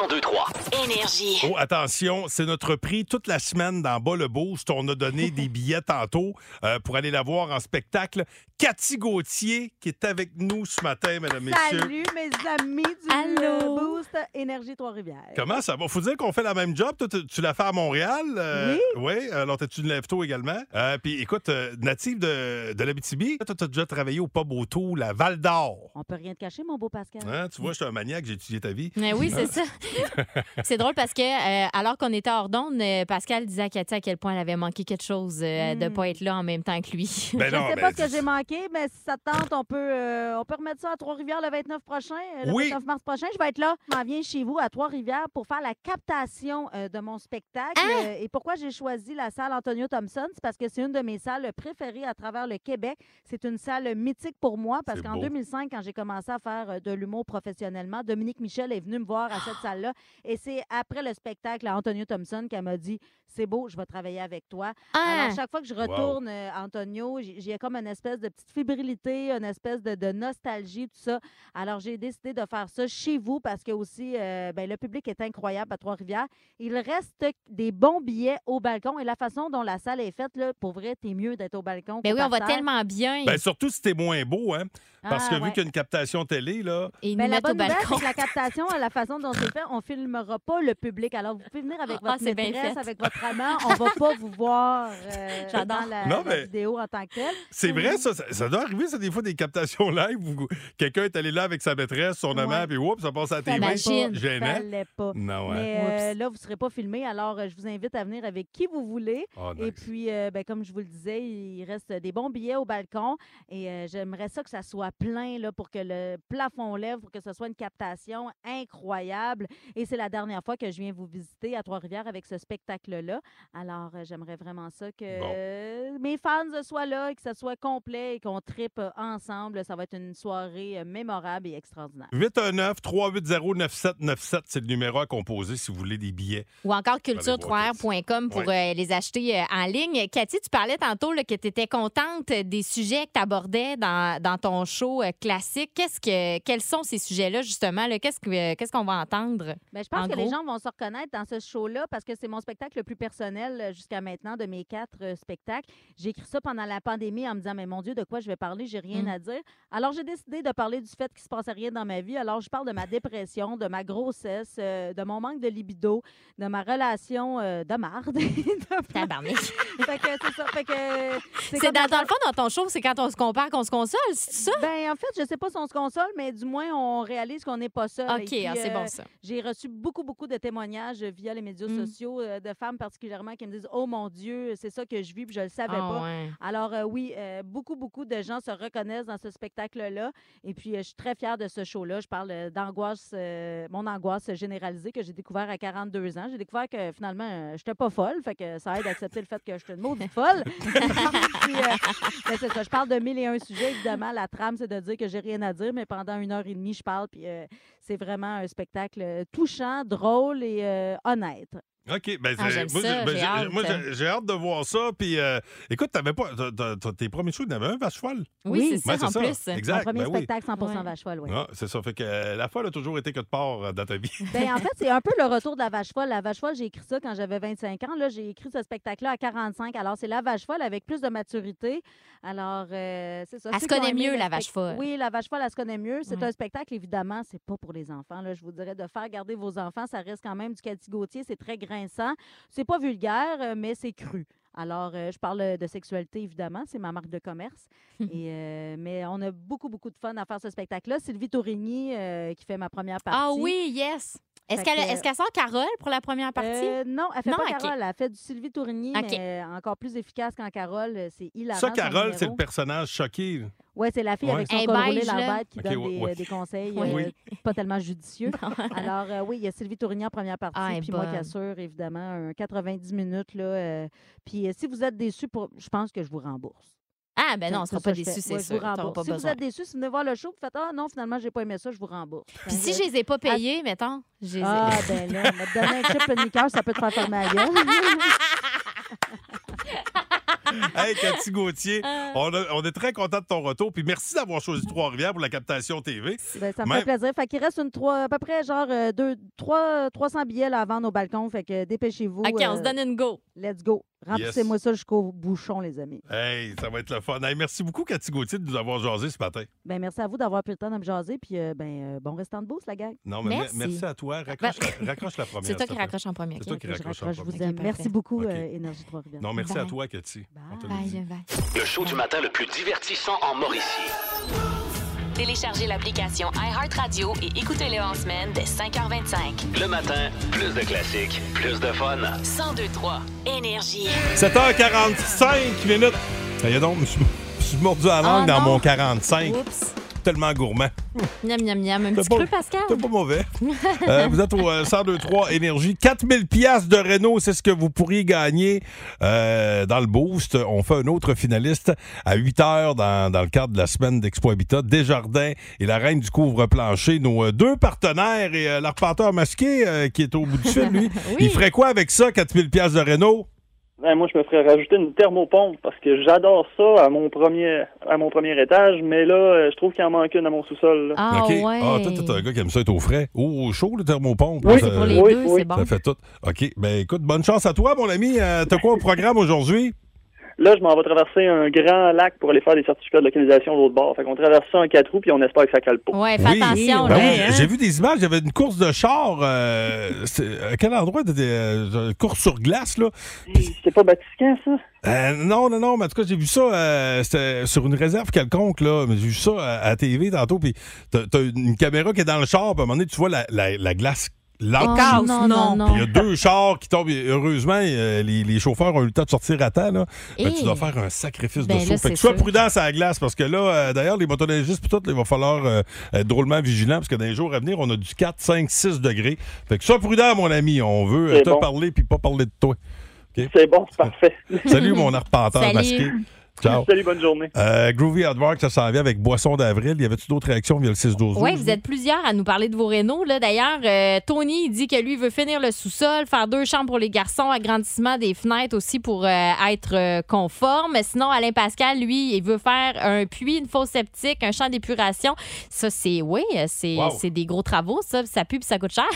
Speaker 2: 1023.
Speaker 1: Énergie.
Speaker 3: Oh, attention, c'est notre prix toute la semaine dans Bas le Boost. On a donné des billets tantôt euh, pour aller la voir en spectacle. Cathy Gauthier, qui est avec nous ce matin, mesdames, messieurs.
Speaker 10: Salut mes amis du
Speaker 5: Allô?
Speaker 10: Boost Énergie Trois-Rivières.
Speaker 3: Comment ça va? Faut dire qu'on fait la même job. Toi, tu, tu l'as fait à Montréal. euh, Oui. Alors, t'es-tu une lève-tôt également? Euh, Puis, écoute, euh, native de, de l'Abitibi, toi, t'as déjà travaillé au Pub Auto, la Val d'Or.
Speaker 10: On peut rien te cacher, mon beau Pascal.
Speaker 3: Hein, tu vois, je suis un maniaque, j'ai étudié ta vie. Euh,
Speaker 5: Mais oui, c'est ça. c'est drôle parce que, euh, alors qu'on était hors d'onde, euh, Pascal disait à Cathy à quel point elle avait manqué quelque chose euh, de ne
Speaker 10: Mm.
Speaker 5: pas être là en même temps que lui.
Speaker 3: Ben
Speaker 10: Je ne
Speaker 3: non,
Speaker 10: sais
Speaker 3: ben,
Speaker 10: pas ce que j'ai manqué, mais si ça te tente, on peut, euh, on peut remettre ça à Trois-Rivières le 29 prochain. euh, Le
Speaker 3: Oui.
Speaker 10: 29 mars prochain, je vais être là. Je m'en viens chez vous à Trois-Rivières pour faire la captation euh, de mon spectacle. Euh, Et pourquoi j'ai choisi la salle Antonio Thompson? C'est parce que c'est une de mes salles préférées à travers le Québec. C'est une salle mythique pour moi parce
Speaker 3: C'est
Speaker 10: qu'en
Speaker 3: beau.
Speaker 10: 2005, quand j'ai commencé à faire euh, de l'humour professionnellement, Dominique Michel est venu me voir à
Speaker 3: Ah!
Speaker 10: cette salle-là. Et c'est après le spectacle à Antonio Thompson qu'elle m'a dit C'est beau, je vais travailler avec toi.
Speaker 5: Ah!
Speaker 10: Alors, chaque fois que je retourne euh, à Antonio, j'ai j'ai comme une espèce de petite fébrilité, une espèce de, de nostalgie, tout ça. Alors, j'ai décidé de faire ça chez vous parce que aussi, euh, ben, le public est incroyable à Trois-Rivières. Il reste des bons billets au balcon et la façon dont la salle est faite, là, pour vrai, t'es mieux d'être au balcon.
Speaker 5: Ben
Speaker 10: que
Speaker 5: oui,
Speaker 10: par
Speaker 5: on va
Speaker 10: terre.
Speaker 5: tellement bien.
Speaker 3: Ben, surtout si t'es moins beau, hein? Parce
Speaker 10: Ah,
Speaker 3: que
Speaker 10: ouais.
Speaker 3: vu qu'il y a une captation télé, là.
Speaker 5: Et ils
Speaker 10: Ben,
Speaker 5: nous
Speaker 10: la
Speaker 5: mettent au
Speaker 10: bonne nouvelle,
Speaker 5: balcon.
Speaker 10: c'est que la captation, à la façon dont c'est fait, on filmera pas le public. Alors, vous pouvez venir avec
Speaker 5: Ah,
Speaker 10: votre
Speaker 5: c'est bien
Speaker 10: maîtresse,
Speaker 5: fait.
Speaker 10: avec votre amant. On va pas vous voir euh,
Speaker 5: J'adore.
Speaker 10: dans la,
Speaker 3: Non,
Speaker 10: la
Speaker 3: mais-
Speaker 10: vidéo en tant que telle.
Speaker 3: C'est vrai, ça, ça, ça doit arriver, ça, des fois, des captations live où quelqu'un est allé là avec sa maîtresse, son amant,
Speaker 10: Ouais.
Speaker 3: puis oups, ça passe à la
Speaker 10: Fallait
Speaker 3: télé.
Speaker 10: pas,
Speaker 5: Imagine.
Speaker 3: Gênant.
Speaker 10: fallait pas.
Speaker 3: Non, ouais.
Speaker 10: Mais euh,
Speaker 5: Oups.
Speaker 10: là, vous ne serez pas filmé, alors euh, je vous invite à venir avec qui vous voulez.
Speaker 3: Oh,
Speaker 10: Et
Speaker 3: nice.
Speaker 10: puis, euh, ben, comme je vous le disais, il reste des bons billets au balcon et euh, j'aimerais ça que ça soit plein là, pour que le plafond lève, pour que ce soit une captation incroyable. Et c'est la dernière fois que je viens vous visiter à Trois-Rivières avec ce spectacle-là. Alors, euh, j'aimerais vraiment ça que
Speaker 3: Bon.
Speaker 10: euh, mes fans euh, soient là et que ça soit complet et qu'on tripe euh, ensemble. Ça va être une soirée euh, mémorable et extraordinaire.
Speaker 3: 819-380-9797, c'est le numéro à composer si vous voulez des billets.
Speaker 5: Ou encore
Speaker 3: voir tout
Speaker 5: culture3r.com pour euh, les acheter euh, en ligne. Cathy, tu parlais tantôt là, que tu étais contente des sujets que tu abordais dans, dans ton show euh, classique. Qu'est-ce que, quels sont ces sujets-là, justement? là? Qu'est-ce que, euh, qu'est-ce qu'on va entendre?
Speaker 10: Ben, je pense
Speaker 5: En
Speaker 10: que les
Speaker 5: gros.
Speaker 10: gens vont se reconnaître dans ce show-là parce que c'est mon spectacle le plus personnel euh, jusqu'à maintenant de mes quatre euh, spectacles. J'ai écrit ça pendant la pandémie en me disant, mais mon Dieu, de quoi je vais parler? J'ai rien
Speaker 5: Mm.
Speaker 10: à dire. Alors, j'ai décidé de parler du fait qu'il se passait rien dans ma vie. Alors, je parle de ma dépression, de ma grossesse, euh, de mon manque de libido, de ma relation euh, de marde. De plein-
Speaker 5: Tabarnak.
Speaker 10: fait que c'est ça. Fait que c'est
Speaker 5: C'est
Speaker 10: comme
Speaker 5: dans,
Speaker 10: la-
Speaker 5: dans le fond, dans ton show, c'est quand on se compare qu'on se console, c'est ça?
Speaker 10: Ben, en fait, je sais pas si on se console, mais du moins, on réalise qu'on n'est pas seul. Et
Speaker 5: OK,
Speaker 10: puis,
Speaker 5: ah, c'est
Speaker 10: euh,
Speaker 5: bon ça.
Speaker 10: j'ai J'ai reçu beaucoup, beaucoup de témoignages via les médias
Speaker 5: Mm.
Speaker 10: sociaux euh, de femmes particulièrement qui me disent Oh mon Dieu, c'est ça que je vis, puis je le savais
Speaker 5: Ah
Speaker 10: pas.
Speaker 5: ouais.
Speaker 10: Alors euh, oui, euh, beaucoup, beaucoup de gens se reconnaissent dans ce spectacle-là. Et puis, euh, je suis très fière de ce show-là. Je parle euh, d'angoisse, euh, mon angoisse généralisée que j'ai découvert à 42 ans. J'ai découvert que finalement, euh, je n'étais pas folle, fait que ça aide à accepter le fait que je suis une maudite folle. Puis, euh, ben, c'est ça, je parle de mille et un sujets. Évidemment, la trame, c'est de dire que j'ai rien à dire, mais pendant une heure et demie, je parle. Puis euh, c'est vraiment un spectacle euh, touchant, drôle et euh, honnête.
Speaker 3: OK, ben,
Speaker 10: Ah,
Speaker 3: c'est-
Speaker 10: j'aime
Speaker 3: moi,
Speaker 10: ça,
Speaker 3: j'ai-
Speaker 10: j'ai
Speaker 3: ben, j'ai-
Speaker 10: hâte.
Speaker 3: moi, j'ai- j'ai hâte de voir ça. Puis, euh, écoute, t'avais pas, t'as- t'as- t'as- tes premiers shows, t'avais un vache folle. Ben, Exact,
Speaker 10: Mon premier
Speaker 3: ben oui.
Speaker 10: spectacle 100 vache folle, oui.
Speaker 3: Ah, c'est ça. Fait que euh, la folle a toujours été quelque part euh, dans ta vie.
Speaker 10: Ben, en fait, c'est un peu le retour de la vache folle. La vache folle, j'ai écrit ça quand j'avais 25 ans. Là, j'ai écrit ce spectacle-là à 45. Alors, c'est la vache folle avec plus de maturité. Alors, euh, c'est ça.
Speaker 5: Elle
Speaker 10: Ceux
Speaker 5: se
Speaker 10: qui ont
Speaker 5: connaît
Speaker 10: aimé
Speaker 5: mieux,
Speaker 10: le
Speaker 5: la
Speaker 10: spect-
Speaker 5: vache folle.
Speaker 10: Oui, la vache folle, elle se connaît mieux. C'est
Speaker 5: Ouais.
Speaker 10: un spectacle, évidemment, c'est pas pour les enfants. Là. Je vous dirais de faire garder vos enfants. Ça reste quand même du Cathy Gauthier. C'est très grinçant. C'est pas vulgaire, euh, mais c'est cru. Alors, euh, je parle de sexualité, évidemment. C'est ma marque de commerce. Et, euh, mais on a beaucoup, beaucoup de fun à faire ce spectacle-là. Sylvie Tourigny, euh, qui fait ma première partie.
Speaker 5: Ah oui, yes. Est-ce
Speaker 10: Fait
Speaker 5: qu'elle
Speaker 10: que-
Speaker 5: est-ce qu'elle sort Carole pour la première partie?
Speaker 10: Euh, non, elle fait
Speaker 5: Non,
Speaker 10: pas
Speaker 5: ok.
Speaker 10: Carole. Elle fait du Sylvie Tourigny,
Speaker 5: Ok.
Speaker 10: mais euh, encore plus efficace qu'en Carole. Euh, C'est hilarant.
Speaker 3: Ça,
Speaker 10: son
Speaker 3: Carole,
Speaker 10: numéro.
Speaker 3: c'est le personnage choqué.
Speaker 10: Ouais, c'est la fille
Speaker 3: Ouais.
Speaker 10: avec son
Speaker 5: Elle est
Speaker 10: col roulé
Speaker 5: beige,
Speaker 10: la
Speaker 5: là.
Speaker 10: bête qui
Speaker 3: Ok,
Speaker 10: donne
Speaker 3: ouais,
Speaker 10: des,
Speaker 3: ouais.
Speaker 10: euh, des conseils
Speaker 5: Oui.
Speaker 10: euh, pas tellement judicieux. Alors, euh, oui, il y a Sylvie Tourigny en première partie,
Speaker 5: Ah, elle est
Speaker 10: puis moi qui
Speaker 5: bonne.
Speaker 10: assure, évidemment, un 90 minutes. Là, euh, puis euh, si vous êtes déçus, pour- je pense que je vous rembourse.
Speaker 5: Ah, ben non, on
Speaker 10: C'est
Speaker 5: sera
Speaker 10: ça
Speaker 5: pas
Speaker 10: que je fais.
Speaker 5: déçus, c'est
Speaker 10: Ouais,
Speaker 5: sûr.
Speaker 10: Je vous
Speaker 5: T'auras
Speaker 10: rembourse.
Speaker 5: pas
Speaker 10: si vous
Speaker 5: besoin.
Speaker 10: êtes déçus, si vous venez voir le show, vous faites Ah non, finalement, j'ai pas aimé ça, je vous rembourse.
Speaker 5: Puis si je les ai pas payés, mettons, je les ai-
Speaker 10: Ah, ben là, on va te donner un chip le niqueur, ça peut te faire fermer la gueule.
Speaker 3: Hey, Cathy Gauthier,
Speaker 10: Ah.
Speaker 3: on, a- on est très content de ton retour. Puis merci d'avoir choisi Trois-Rivières pour la captation TV.
Speaker 10: Ben, ça me
Speaker 3: Même-
Speaker 10: fait plaisir. Fait qu'il reste une trois, à peu près genre euh, deux, trois, 300 billets là, à vendre au balcon. Fait que euh, dépêchez-vous.
Speaker 5: OK, on se
Speaker 10: euh,
Speaker 5: donne une go.
Speaker 10: Let's go. Remplissez-moi ça jusqu'au bouchon, les amis.
Speaker 3: Hey, ça va être le fun. Hey, merci beaucoup, Cathy Gauthier, de nous avoir jasé ce matin.
Speaker 10: Ben, merci à vous d'avoir pris le temps de me jaser. Puis euh, ben, euh, bon restant de bourse, la gang.
Speaker 3: Non, mais me- merci à toi. Raccroche, la, raccroche la première.
Speaker 5: Ben, C'est toi qui
Speaker 3: s'il te plaît.
Speaker 5: raccroche en premier.
Speaker 3: C'est
Speaker 5: ok?
Speaker 3: toi qui raccroche en
Speaker 10: Je vous
Speaker 3: premier.
Speaker 10: aime. merci beaucoup,
Speaker 3: OK.
Speaker 10: euh, Énergie Trois-Rivières.
Speaker 3: Non, merci à
Speaker 10: Bye.
Speaker 3: toi, Cathy. On te le dit.
Speaker 5: Bye, bye.
Speaker 2: Le show du matin le plus divertissant en Mauricie.
Speaker 1: Téléchargez l'application iHeartRadio et écoutez-le en semaine dès 5h25.
Speaker 2: Le matin, plus de classiques, plus de fun.
Speaker 1: 1023 Énergie.
Speaker 3: 7h45 minutes. Ça y est donc, je me suis- je suis mordu à langue
Speaker 5: Ah,
Speaker 3: dans
Speaker 5: non.
Speaker 3: mon 45.
Speaker 5: Oups.
Speaker 3: Tellement gourmand.
Speaker 5: Miam, miam, miam. Un
Speaker 3: T'as
Speaker 5: petit
Speaker 3: pas-
Speaker 5: peu, Pascal?
Speaker 3: C'est pas mauvais. Euh, vous êtes au 1023 Énergie. 4000 pièces de Renault, c'est ce que vous pourriez gagner euh, dans le Boost. On fait un autre finaliste à 8 heures dans, dans le cadre de la semaine d'Expo Habitat. Desjardins et la reine du couvre-plancher, nos euh, deux partenaires et euh, l'arpenteur masqué euh, qui est au bout du fil, lui. Il ferait quoi avec ça, 4000 pièces de Renault?
Speaker 11: Ben, moi, je me ferais rajouter une thermopompe parce que j'adore ça à mon premier à mon premier étage, mais là, euh, je trouve qu'il en manque une à mon sous-sol. là.
Speaker 3: OK. Ah, toi, t'es un gars qui aime ça être au frais. Ou au chaud, le thermopompe.
Speaker 11: Oui,
Speaker 3: Ça- euh,
Speaker 11: c'est pour les Oui, deux, oui. c'est bon.
Speaker 3: Ça fait tout. OK. Ben, écoute, bonne chance à toi, mon ami. Euh, T'as quoi au programme aujourd'hui?
Speaker 11: Là, je m'en vais traverser un grand lac pour aller faire des certificats de localisation de l'autre bord. Fait qu'on traverse ça en quatre roues puis on espère que ça cale pas.
Speaker 5: Ouais, fais
Speaker 3: Oui.
Speaker 5: attention,
Speaker 3: Ben
Speaker 5: là.
Speaker 3: oui,
Speaker 5: hein.
Speaker 3: J'ai vu des images, il y avait une course de char. euh, c'est- à quel endroit? T'étais, euh, une course sur glace, là.
Speaker 11: C'est pas Vatican, ça?
Speaker 3: Euh, non, non, non, mais en tout cas, j'ai vu ça euh, c'était sur une réserve quelconque, là. Mais J'ai vu ça euh, à, à TV tantôt, puis t'as t'as une caméra qui est dans le char, puis à un moment donné, tu vois la, la- la glace lente.
Speaker 5: Oh,
Speaker 3: Puis
Speaker 5: non, non, non.
Speaker 3: Il y a deux chars qui tombent. Et Heureusement, euh, les, les chauffeurs ont eu le temps de sortir à temps. Là. Mais
Speaker 5: Eh.
Speaker 3: tu dois faire un sacrifice
Speaker 5: Ben
Speaker 3: de
Speaker 5: là,
Speaker 3: saut. Fait que
Speaker 5: c'est
Speaker 3: sois
Speaker 5: sûr.
Speaker 3: prudent à la glace parce que là, euh, d'ailleurs, les motoneigistes, puis tout, il va falloir euh, être drôlement vigilant parce que dans les jours à venir, on a du 4, 5, 6 degrés. Fait que sois prudent, mon ami. On veut euh,
Speaker 11: C'est
Speaker 3: te
Speaker 11: bon.
Speaker 3: parler puis pas parler de toi. OK?
Speaker 11: C'est bon, c'est parfait.
Speaker 3: Salut, mon arpenteur
Speaker 11: Salut.
Speaker 3: masqué. Ciao.
Speaker 11: Salut, bonne journée.
Speaker 3: Euh, Groovy Hard Work, ça s'en vient avec Boisson d'Avril. Y avait-tu d'autres réactions via le 6-12?
Speaker 5: Oui, vous êtes plusieurs à nous parler de vos rénaux. Là. D'ailleurs, euh, Tony il dit que lui veut finir le sous-sol, faire deux chambres pour les garçons, agrandissement des fenêtres aussi pour euh, être euh, conforme. Sinon, Alain Pascal, lui, il veut faire un puits, une fosse septique, un champ d'épuration. Ça, c'est oui, euh, c'est,
Speaker 3: Wow.
Speaker 5: c'est des gros travaux, ça. Ça pue puis ça coûte cher.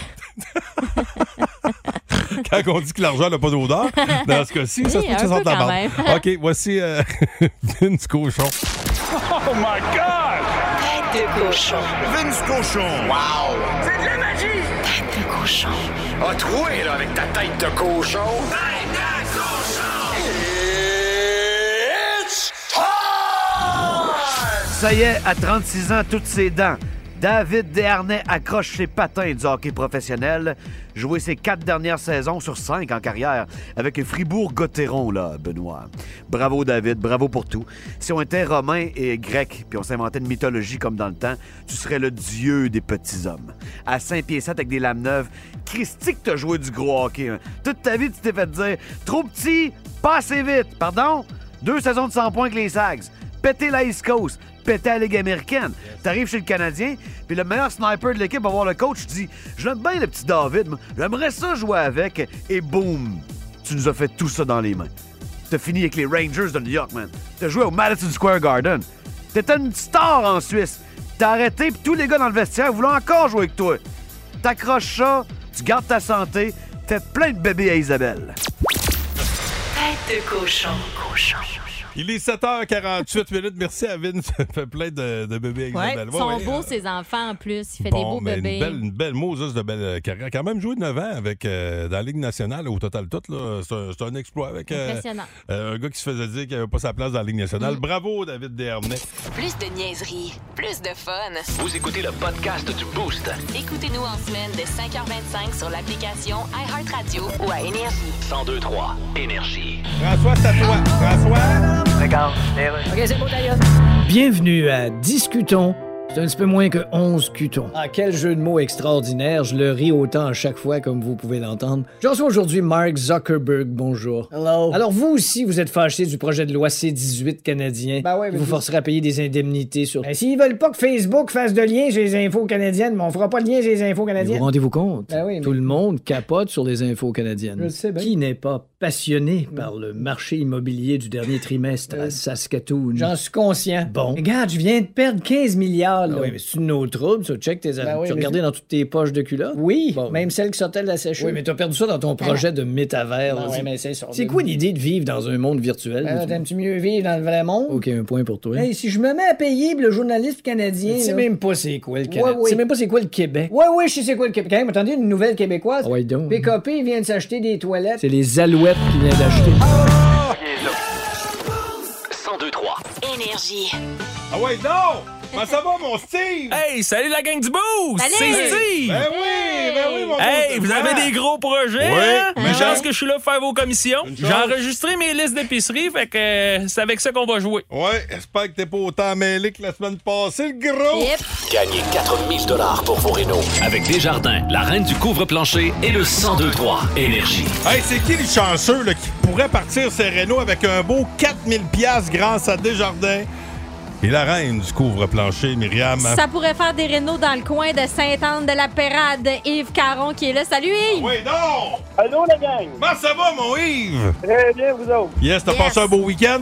Speaker 3: Quand on dit que l'argent n'a pas d'odeur, dans ce cas-ci, ça se
Speaker 5: Oui,
Speaker 3: peut que ça
Speaker 5: un
Speaker 3: sente
Speaker 5: peu
Speaker 3: la
Speaker 5: quand
Speaker 3: barbe.
Speaker 5: même.
Speaker 3: OK, voici euh, Vince Cochon.
Speaker 12: Oh my God! Tête de cochon. Vince cochon. Wow! C'est de la magie! Tête de cochon. A troué, là, avec ta tête de cochon. Tête de cochon! It's time!
Speaker 13: Ça y est, à 36 ans, toutes ses dents. David Desharnais accroche ses patins du hockey professionnel, joué ses quatre dernières saisons sur cinq en carrière avec Fribourg-Gotteron, là, Benoît. Bravo, David, bravo pour tout. Si on était romain et grec, puis on s'inventait une mythologie comme dans le temps, tu serais le dieu des petits hommes. À Saint-Pied-7 avec des lames neuves, Christy que t'as joué du gros hockey. hein. Toute ta vie, tu t'es fait dire « Trop petit, pas assez vite ». Pardon? Deux saisons de 100 points avec les Sags. Péter la East Coast. Péter la Ligue américaine. T'arrives chez le Canadien, puis le meilleur sniper de l'équipe va voir le coach, dit « Je l'aime bien, le petit David. moi. J'aimerais ça jouer avec. » Et boum, tu nous as fait tout ça dans les mains. T'as fini avec les Rangers de New York, man. T'as joué au Madison Square Garden. T'étais une star en Suisse. T'as arrêté, puis tous les gars dans le vestiaire voulaient encore jouer avec toi. T'accroches ça, tu gardes ta santé, fais plein de bébés à Isabelle.
Speaker 14: Tête de cochon. cochon.
Speaker 3: Il est 7h48 minutes. Merci à Vin. Ça fait plein de, de bébés avec
Speaker 5: Ouais,
Speaker 3: Isabelle.
Speaker 5: ils
Speaker 3: Ouais,
Speaker 5: sont
Speaker 3: ouais.
Speaker 5: beaux, ses enfants, en plus. Il fait des
Speaker 3: Bon,
Speaker 5: beaux
Speaker 3: ben,
Speaker 5: bébés.
Speaker 3: Une belle, une belle Moses de belle euh, carrière. Quand même joué 9 ans avec, euh, dans la Ligue nationale, au total tout. là. C'est un, c'est un exploit avec euh,
Speaker 1: Impressionnant.
Speaker 3: euh, un gars qui se faisait dire qu'il n'avait pas sa place dans la Ligue nationale.
Speaker 5: Mm.
Speaker 3: Bravo, David Desharnais.
Speaker 1: Plus de niaiserie, plus de fun.
Speaker 2: Vous écoutez le podcast du Boost.
Speaker 1: Écoutez-nous en semaine de 5h25 sur l'application iHeartRadio ou à Énergie.
Speaker 2: 1023 Énergie.
Speaker 3: François, c'est à toi. François.
Speaker 13: D'accord.
Speaker 9: OK, c'est bon, d'ailleurs.
Speaker 4: Bienvenue à Discutons. C'est un petit peu moins que 11 cutons. Ah, quel jeu de mots extraordinaire. Je le ris autant à chaque fois, comme vous pouvez l'entendre. Je reçois aujourd'hui Mark Zuckerberg. Bonjour. Hello. Alors, vous aussi, vous êtes fâché du projet de loi C-18 canadien. Bah ouais, vous forcerez à payer des indemnités sur.
Speaker 15: Ben, s'ils veulent pas que Facebook fasse de lien chez les infos canadiennes, mais on fera pas de lien chez les infos
Speaker 4: Mais
Speaker 15: canadiennes.
Speaker 4: Vous rendez-vous compte?
Speaker 15: Ben oui, mais-
Speaker 4: Tout le monde capote sur les infos canadiennes.
Speaker 15: Je sais bien.
Speaker 4: Qui n'est pas passionné par le marché immobilier du dernier trimestre à Saskatoon?
Speaker 15: Euh, J'en suis conscient.
Speaker 4: Bon.
Speaker 15: Regarde, je viens de perdre 15 milliards.
Speaker 4: Ah
Speaker 15: Là.
Speaker 4: oui, mais c'est une autre trouble, ça. Check tes affaires.
Speaker 15: Ben oui,
Speaker 4: tu
Speaker 15: mais
Speaker 4: regardais
Speaker 15: je-
Speaker 4: dans toutes tes poches de culotte?
Speaker 15: Oui, même celle qui sortait de la sécheuse.
Speaker 4: Oui, mais t'as perdu ça dans ton projet de métavers.
Speaker 15: Ben
Speaker 4: là.
Speaker 15: oui,
Speaker 4: C'est-
Speaker 15: mais c'est ça.
Speaker 4: C'est quoi l'idée de vivre dans un monde virtuel?
Speaker 15: Ben,
Speaker 4: là, tu-
Speaker 15: T'aimes tu mieux vivre dans le vrai monde? Ben,
Speaker 4: OK, un point pour toi.
Speaker 15: Hey, si je me mets à payer pour le journaliste canadien.
Speaker 4: Tu sais
Speaker 15: là-
Speaker 4: même pas c'est quoi le
Speaker 15: Ouais,
Speaker 4: Canada. Tu sais
Speaker 15: oui.
Speaker 4: même pas c'est quoi le Québec.
Speaker 15: Ouais, ouais, je sais c'est quoi le Québec. Quand même, attendez, une nouvelle québécoise.
Speaker 4: Ah ouais, donc.
Speaker 15: PKP vient de s'acheter des toilettes.
Speaker 4: C'est les alouettes qu'il vient d'acheter.
Speaker 2: 1023
Speaker 1: Énergie.
Speaker 3: Ah ouais, non! Ben, ça va, mon Steve?
Speaker 16: Hey, salut la gang du boost!
Speaker 3: Salut!
Speaker 16: C'est Steve!
Speaker 3: Ben oui, ben oui, mon
Speaker 16: Hey,
Speaker 3: bon
Speaker 16: vous
Speaker 3: Steve.
Speaker 16: avez des gros projets,
Speaker 3: Oui,
Speaker 16: hein?
Speaker 3: mais
Speaker 16: Je
Speaker 3: chance.
Speaker 16: pense que je suis là pour faire vos commissions. J'ai
Speaker 3: chance.
Speaker 16: enregistré mes listes d'épicerie, fait que euh, c'est avec ça qu'on va jouer.
Speaker 3: Ouais, j'espère que t'es pas autant mêlé que la semaine passée, le gros!
Speaker 2: Gagnez 4000 dollars pour vos rénaux avec Desjardins, la reine du couvre-plancher et le 1023 Énergie.
Speaker 3: Hey, c'est qui les chanceux là, qui pourrait partir ses Renault avec un beau 4000 pièces grâce à Desjardins? Et la reine du couvre-plancher, Myriam.
Speaker 5: Ça pourrait faire des rénaux dans le coin de Sainte-Anne-de-la-Pérade. Yves Caron qui est là. Salut Yves!
Speaker 3: Oui, Ah non!
Speaker 11: Allô, la gang?
Speaker 3: Comment ça va, mon Yves?
Speaker 11: Très bien, vous autres.
Speaker 3: Yes, t'as passé un beau week-end?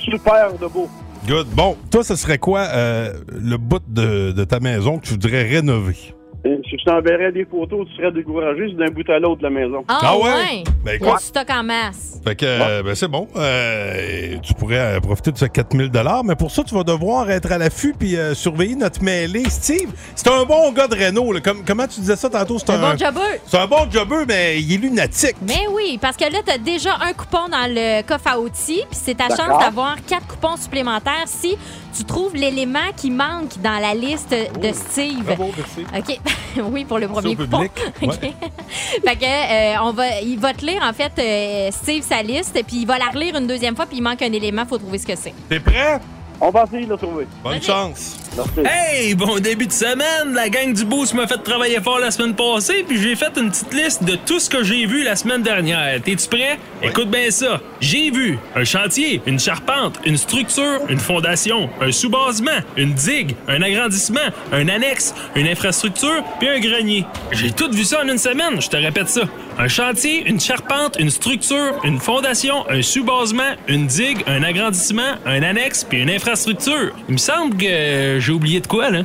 Speaker 11: Super de beau.
Speaker 3: Good. Bon, toi, ce serait quoi euh, le bout de, de ta maison que tu voudrais rénover?
Speaker 11: Et Si je t'enverrais des photos, tu serais découragé, c'est d'un bout à l'autre de la maison.
Speaker 5: Ah, ouais?
Speaker 3: Ben,
Speaker 5: Il y a
Speaker 3: écoute.
Speaker 5: du stock en masse.
Speaker 3: Fait que, euh, ben, c'est bon. Euh, tu pourrais euh, profiter de ce 4000 mais pour ça, tu vas devoir être à l'affût puis euh, surveiller notre mêlée. Steve, c'est un bon gars de Renault. là. Comme- comment tu disais ça tantôt? C'est
Speaker 5: Un bon jobbeux.
Speaker 3: C'est un bon jobbeux, mais il est lunatique.
Speaker 5: Mais oui, parce que là, t'as déjà un coupon dans le coffre à outils, puis c'est ta
Speaker 3: D'accord.
Speaker 5: chance d'avoir quatre coupons supplémentaires si tu trouves l'élément qui manque dans la liste de Steve.
Speaker 3: Oh, bravo, merci.
Speaker 5: OK. oui, pour le
Speaker 3: Merci
Speaker 5: premier
Speaker 3: au
Speaker 5: coupon.
Speaker 3: public.
Speaker 5: OK.
Speaker 3: Ouais.
Speaker 5: fait que, euh, on va, il va te lire, en fait, euh, Steve, sa liste, puis il va la relire une deuxième fois, puis il manque un élément, faut trouver ce que c'est.
Speaker 3: T'es prêt?
Speaker 11: On va essayer de le trouver.
Speaker 3: Bonne chance.
Speaker 16: Hey, bon début de semaine! La gang du Boost m'a fait travailler fort la semaine passée, puis j'ai fait une petite liste de tout ce que j'ai vu la semaine dernière. T'es-tu prêt? Écoute bien ça. J'ai vu un chantier, une charpente, une structure, une fondation, un sous-basement, une digue, un agrandissement, un annexe, une infrastructure, puis un grenier. J'ai tout vu ça en une semaine, je te répète ça. Un chantier, une charpente, une structure, une fondation, un sous-basement, une digue, un agrandissement, un annexe, puis une infrastructure. Il me semble que euh, j'ai oublié de quoi, là?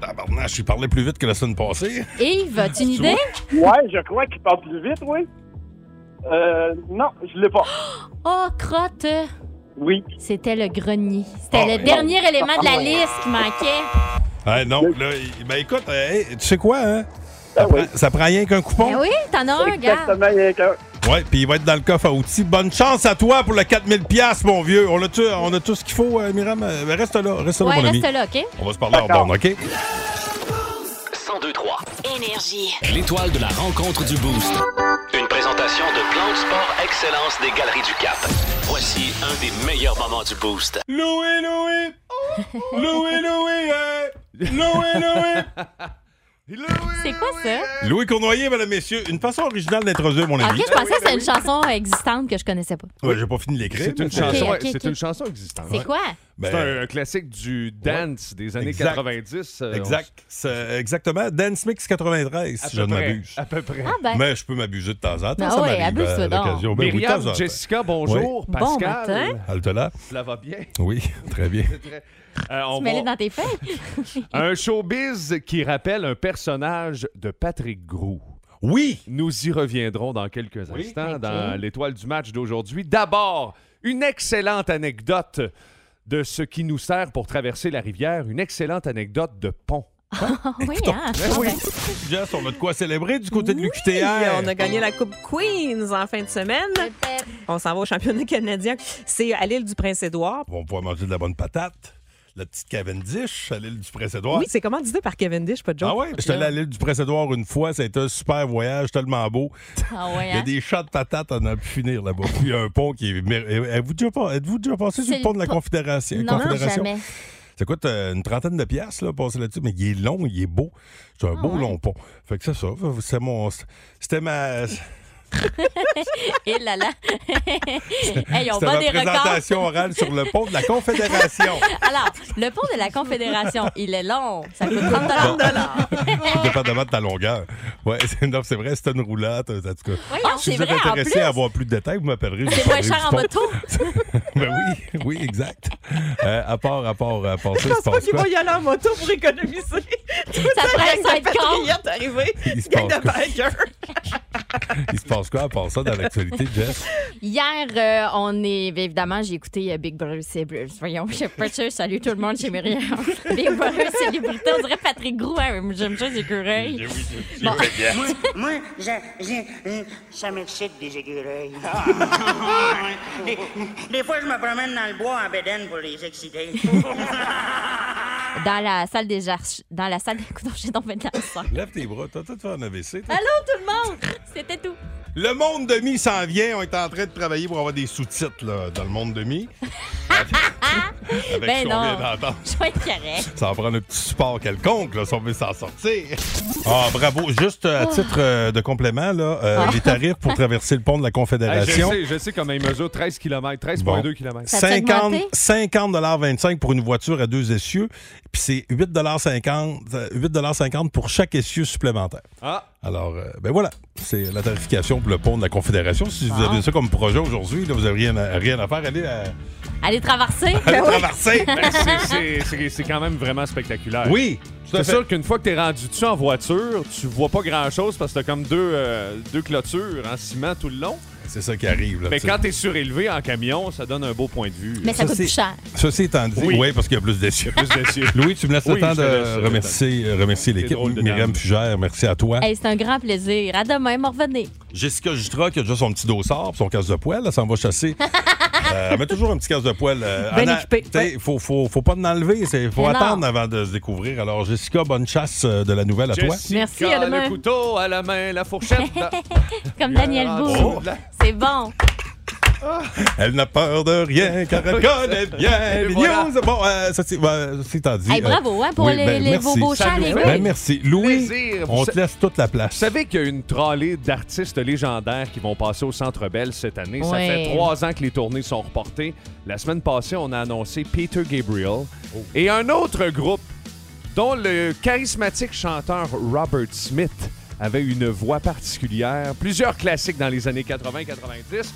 Speaker 3: Tabarnak, je suis parlé plus vite que la semaine passée.
Speaker 5: Yves, as-tu une idée?
Speaker 11: Ouais, je crois qu'il parle plus vite, oui. Euh, non, je l'ai pas.
Speaker 5: Oh, crotte!
Speaker 11: Oui.
Speaker 5: C'était le grenier. C'était
Speaker 11: Ah,
Speaker 5: le
Speaker 11: oui.
Speaker 5: dernier élément de la
Speaker 11: Ah, oui.
Speaker 5: liste qui manquait.
Speaker 3: Hey, non, là, il- ben écoute, hey, tu sais quoi, hein?
Speaker 17: Ah
Speaker 3: Ça, prend, ça prend rien qu'un coupon.
Speaker 5: Ben oui, t'en as un, regarde.
Speaker 3: Ouais, puis il va être dans le coffre à outils. Bonne chance à toi pour le 4000 mon vieux. On a tout, on a tout ce qu'il faut, euh, Myriam. Euh, ben, Reste là, reste là,
Speaker 5: Ouais,
Speaker 3: mon ami.
Speaker 5: reste là, OK?
Speaker 3: On va se parler en bande, OK?
Speaker 1: Énergie.
Speaker 2: L'étoile de la rencontre du Boost.
Speaker 12: Une présentation de Plan de Sport Excellence des Galeries du Cap. Voici un des meilleurs moments du Boost.
Speaker 3: Louis, Louis! Louis, Louis! hein. hey! Louis, Louis!
Speaker 5: C'est quoi ça?
Speaker 3: Louis Cournoyer, mesdames, messieurs, une façon originale d'introduire mon
Speaker 5: Ok,
Speaker 3: ami.
Speaker 5: Ah, je pensais que c'était une chanson existante que je connaissais pas.
Speaker 3: Ouais, j'ai pas fini de l'écrire.
Speaker 17: C'est une,
Speaker 3: Ok,
Speaker 17: chanson,
Speaker 5: ok,
Speaker 17: c'est
Speaker 5: ok.
Speaker 17: une chanson existante.
Speaker 5: C'est quoi?
Speaker 3: Ben,
Speaker 17: c'est un, un classique du dance des années
Speaker 3: Exact.
Speaker 17: 90. euh, on-
Speaker 3: Exact. C'est- exactement. Dance Mix 93,
Speaker 17: À
Speaker 3: si
Speaker 17: peu
Speaker 3: je ne
Speaker 17: près,
Speaker 3: m'abuse.
Speaker 17: À peu près.
Speaker 5: Ah ben.
Speaker 3: Mais je peux m'abuser de temps en temps.
Speaker 5: Ben
Speaker 3: ça
Speaker 5: ouais,
Speaker 3: m'arrive à
Speaker 5: abuse-toi donc.
Speaker 3: l'occasion. Ben oui, de
Speaker 17: Myriam,
Speaker 3: temps en temps.
Speaker 17: Jessica, bonjour.
Speaker 3: Oui.
Speaker 5: Bon
Speaker 17: Pascal.
Speaker 5: matin.
Speaker 3: Altola.
Speaker 17: Ça va bien?
Speaker 3: Oui, très bien.
Speaker 17: C'est très- Euh, on
Speaker 5: Tu mets
Speaker 17: va-
Speaker 5: les dans tes feuilles?
Speaker 17: Un showbiz qui rappelle un personnage de Patrick Groux.
Speaker 3: Oui!
Speaker 17: Nous y reviendrons dans quelques
Speaker 3: Oui.
Speaker 17: instants
Speaker 3: Ok.
Speaker 17: dans l'étoile du match d'aujourd'hui. D'abord, une excellente anecdote de ce qui nous sert pour traverser la rivière, une excellente anecdote de pont.
Speaker 5: oui, hein?
Speaker 3: ben Jess, on a de quoi célébrer du côté de l'UQTR.
Speaker 6: on a gagné la Coupe Queens en fin de semaine. On s'en va au championnat canadien. C'est à l'île du Prince-Édouard.
Speaker 3: On va pouvoir manger de la bonne patate. La petite Cavendish à l'île du Prince-Édouard.
Speaker 6: Oui, c'est commandité par Cavendish, pas de joke.
Speaker 3: Ah ouais? J'étais allé à l'île du Prince-Édouard une fois. Ça a été un super voyage, tellement beau.
Speaker 6: Ah ouais,
Speaker 3: Il y a
Speaker 6: hein?
Speaker 3: des champs de patates, on en a pu finir là-bas. Puis il y a un pont qui est. mais, euh, Êtes-vous déjà, pas- êtes-vous déjà passé sur
Speaker 5: C'est
Speaker 3: le pont de la
Speaker 5: le pont-
Speaker 3: Confédération?
Speaker 5: Non,
Speaker 3: Confédération?
Speaker 5: jamais.
Speaker 3: Ça coûte euh, une trentaine de piastres, là, passer là-dessus, mais il est long, il est beau. C'est
Speaker 5: Ah
Speaker 3: un beau long pont. Fait que c'est ça. C'est mon. C'était ma.
Speaker 5: Et Eh là là. hey, on
Speaker 3: C'était
Speaker 5: bat
Speaker 3: ma
Speaker 5: des records.
Speaker 3: présentation orale sur le pont de la Confédération.
Speaker 5: Alors, le pont de la Confédération, il est long. Ça coûte 30
Speaker 3: Bon. Dépendamment de ta longueur. Ouais, c'est, non, c'est vrai, c'était une roulade. En tout cas,
Speaker 5: Voyons,
Speaker 3: si
Speaker 5: c'est
Speaker 3: vous êtes
Speaker 5: vrai, en
Speaker 3: intéressé
Speaker 5: plus.
Speaker 3: à avoir plus de détails, vous m'appellerez. je vous
Speaker 5: C'est moins
Speaker 3: parlerai
Speaker 5: cher en
Speaker 3: du
Speaker 5: moto.
Speaker 3: pont. ben oui, oui, exact. Euh, à part, à part, à part ça,
Speaker 6: Je
Speaker 3: il se
Speaker 6: pense pas
Speaker 3: passe
Speaker 6: qu'il
Speaker 3: quoi?
Speaker 6: va y aller en moto pour économiser. Ça
Speaker 5: presse à être con.
Speaker 6: Patriote arrivé.
Speaker 3: Il se
Speaker 6: Gang
Speaker 3: passe
Speaker 6: de
Speaker 3: quoi?
Speaker 6: bikers.
Speaker 3: Il se passe quoi à part ça dans l'actualité, Jess?
Speaker 5: Hier, euh, on est. bien évidemment, j'ai écouté euh, Big Brother Célébrité. Voyons, je suis pas sûre. Salut tout le monde, chez Myriam. Big Brother Célébrité, on dirait Patrick Grouin. J'aime ça, les
Speaker 17: Eh
Speaker 5: écureuils. Bon.
Speaker 18: Moi, moi, j'a- j'ai- hum, ça m'excite des écureuils. des, des fois, je me promène dans le bois en bédaine pour les exciter.
Speaker 5: Dans la salle des arches. Dans la salle. Écoute, j'ai tombé de la sang.
Speaker 3: Lève tes bras, t'as tout fait un AVC. toi.
Speaker 5: Allô tout le monde! C'était tout.
Speaker 3: Le monde de mi s'en vient. On est en train de travailler pour avoir des sous-titres là, dans le monde de mi. Avec
Speaker 5: ben
Speaker 3: ce qu'on vient
Speaker 5: non.
Speaker 3: d'entendre.
Speaker 5: Je vais être correct.
Speaker 3: Ça va prendre un petit support quelconque là, si on veut s'en sortir. Ah, bravo. Juste euh, à titre euh, de complément, là, euh,
Speaker 17: Ah.
Speaker 3: les tarifs pour traverser le pont de la
Speaker 17: Hey, Ah, je,
Speaker 3: Confédération.
Speaker 17: sais, je sais comment il mesure 13 km, 13,2
Speaker 3: Bon.
Speaker 17: km.
Speaker 3: 50 50,25 pour une voiture à deux essieux, puis c'est 8,50 euh, 8,50 pour chaque essieu supplémentaire.
Speaker 17: Ah.
Speaker 3: Alors, euh, ben voilà, c'est la tarification pour le pont de la Confédération. Si vous
Speaker 5: Ah.
Speaker 3: avez ça comme projet aujourd'hui, là, vous n'avez rien, à- rien à faire, allez à...
Speaker 5: Allez traverser.
Speaker 3: Allez traverser.
Speaker 17: Ben, c'est- c'est- c'est- c'est quand même vraiment spectaculaire.
Speaker 3: Oui, tout à
Speaker 17: C'est
Speaker 3: fait.
Speaker 17: sûr qu'une fois que t'es rendu dessus en voiture, tu vois pas grand-chose parce que t'as comme deux, euh, deux clôtures en ciment tout le long.
Speaker 3: C'est ça qui arrive. Là,
Speaker 17: Mais
Speaker 3: tu
Speaker 17: quand
Speaker 3: sais.
Speaker 17: t'es surélevé en camion, ça donne un beau point de vue.
Speaker 5: Mais ça, coûte
Speaker 3: c'est-
Speaker 5: plus cher.
Speaker 3: Ceci étant dit,
Speaker 17: Oui.
Speaker 3: oui, parce qu'il y a plus d'essieux.
Speaker 17: Plus d'essieux.
Speaker 3: Louis, tu me laisses
Speaker 17: Oui,
Speaker 3: le temps
Speaker 17: je te laisse, je
Speaker 3: de
Speaker 17: te
Speaker 3: remercier, euh, remercier l'équipe.
Speaker 17: drôle de
Speaker 3: Myriam
Speaker 17: dame.
Speaker 3: Fugère, merci à toi.
Speaker 5: Hey, c'est un grand plaisir. À demain, m'en revenez.
Speaker 3: Jessica Jutra qui a déjà son petit dossard pis son casse de poêle, elle s'en va chasser. Euh, elle met toujours un petit casse de poêle. euh,
Speaker 5: Ben
Speaker 3: en a-
Speaker 5: équipée,
Speaker 3: t'sais, faut, faut, faut pas en enlever. Il faut
Speaker 17: Mais non.
Speaker 3: attendre avant de se découvrir. Alors, Jessica, bonne chasse euh, de la nouvelle à toi.
Speaker 17: Jessica,
Speaker 5: Merci, à demain.
Speaker 17: le couteau à la main, la fourchette.
Speaker 5: Comme Daniel Boone. C'est bon.
Speaker 3: Elle n'a peur de rien car elle connaît bien
Speaker 5: Et
Speaker 3: les
Speaker 5: voilà.
Speaker 3: news. Bon, euh, ça, c'est ben, c'est à dire.
Speaker 5: Hey, bravo, hein, pour les- les- vos beaux Ça chants, nous les fait gars.
Speaker 3: Ben, merci. Louis,
Speaker 17: plaisir.
Speaker 3: on
Speaker 17: Vous
Speaker 3: te
Speaker 17: sa-
Speaker 3: laisse toute la place.
Speaker 17: Vous savez qu'il y a une trollée d'artistes légendaires qui vont passer au Centre Bell cette année. Ça
Speaker 3: Ouais.
Speaker 17: fait trois ans que les tournées sont reportées. La semaine passée, on a annoncé Peter Gabriel
Speaker 3: Oh.
Speaker 17: et un autre groupe dont le charismatique chanteur Robert Smith avait une voix particulière. Plusieurs classiques dans les années 80-90.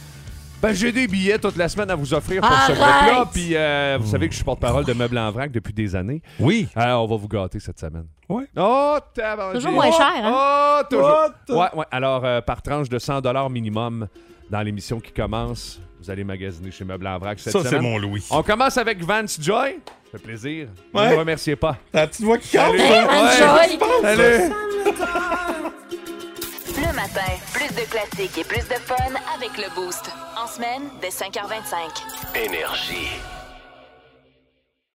Speaker 17: Ben, j'ai des billets toute la semaine à vous offrir pour ce
Speaker 12: Arrête!
Speaker 17: groupe-là. Puis, euh, vous savez que je suis porte-parole de Meubles en Vrac depuis des années.
Speaker 3: Hmm.
Speaker 17: Euh,
Speaker 3: Oui.
Speaker 17: on va vous gâter cette semaine.
Speaker 3: Oui.
Speaker 17: Oh,
Speaker 12: Toujours moins cher, hein?
Speaker 17: Oh, toujours.
Speaker 12: Oh,
Speaker 17: Ouais, ouais. Alors, euh, par tranche de 100 minimum dans l'émission qui commence, vous allez magasiner chez Meubles en Vrac cette
Speaker 3: Ça,
Speaker 17: semaine.
Speaker 3: c'est mon Louis.
Speaker 17: On commence avec Vance Joy. Ça fait plaisir. Ne
Speaker 3: Ouais.
Speaker 17: me remerciez pas.
Speaker 3: La petite voix qui
Speaker 17: Salut.
Speaker 12: Hey, Vance
Speaker 17: Ouais.
Speaker 12: Joy.
Speaker 17: Salut.
Speaker 1: Le matin, plus de classiques et plus de fun avec le Boost. En semaine, dès 5h25.
Speaker 12: Énergie.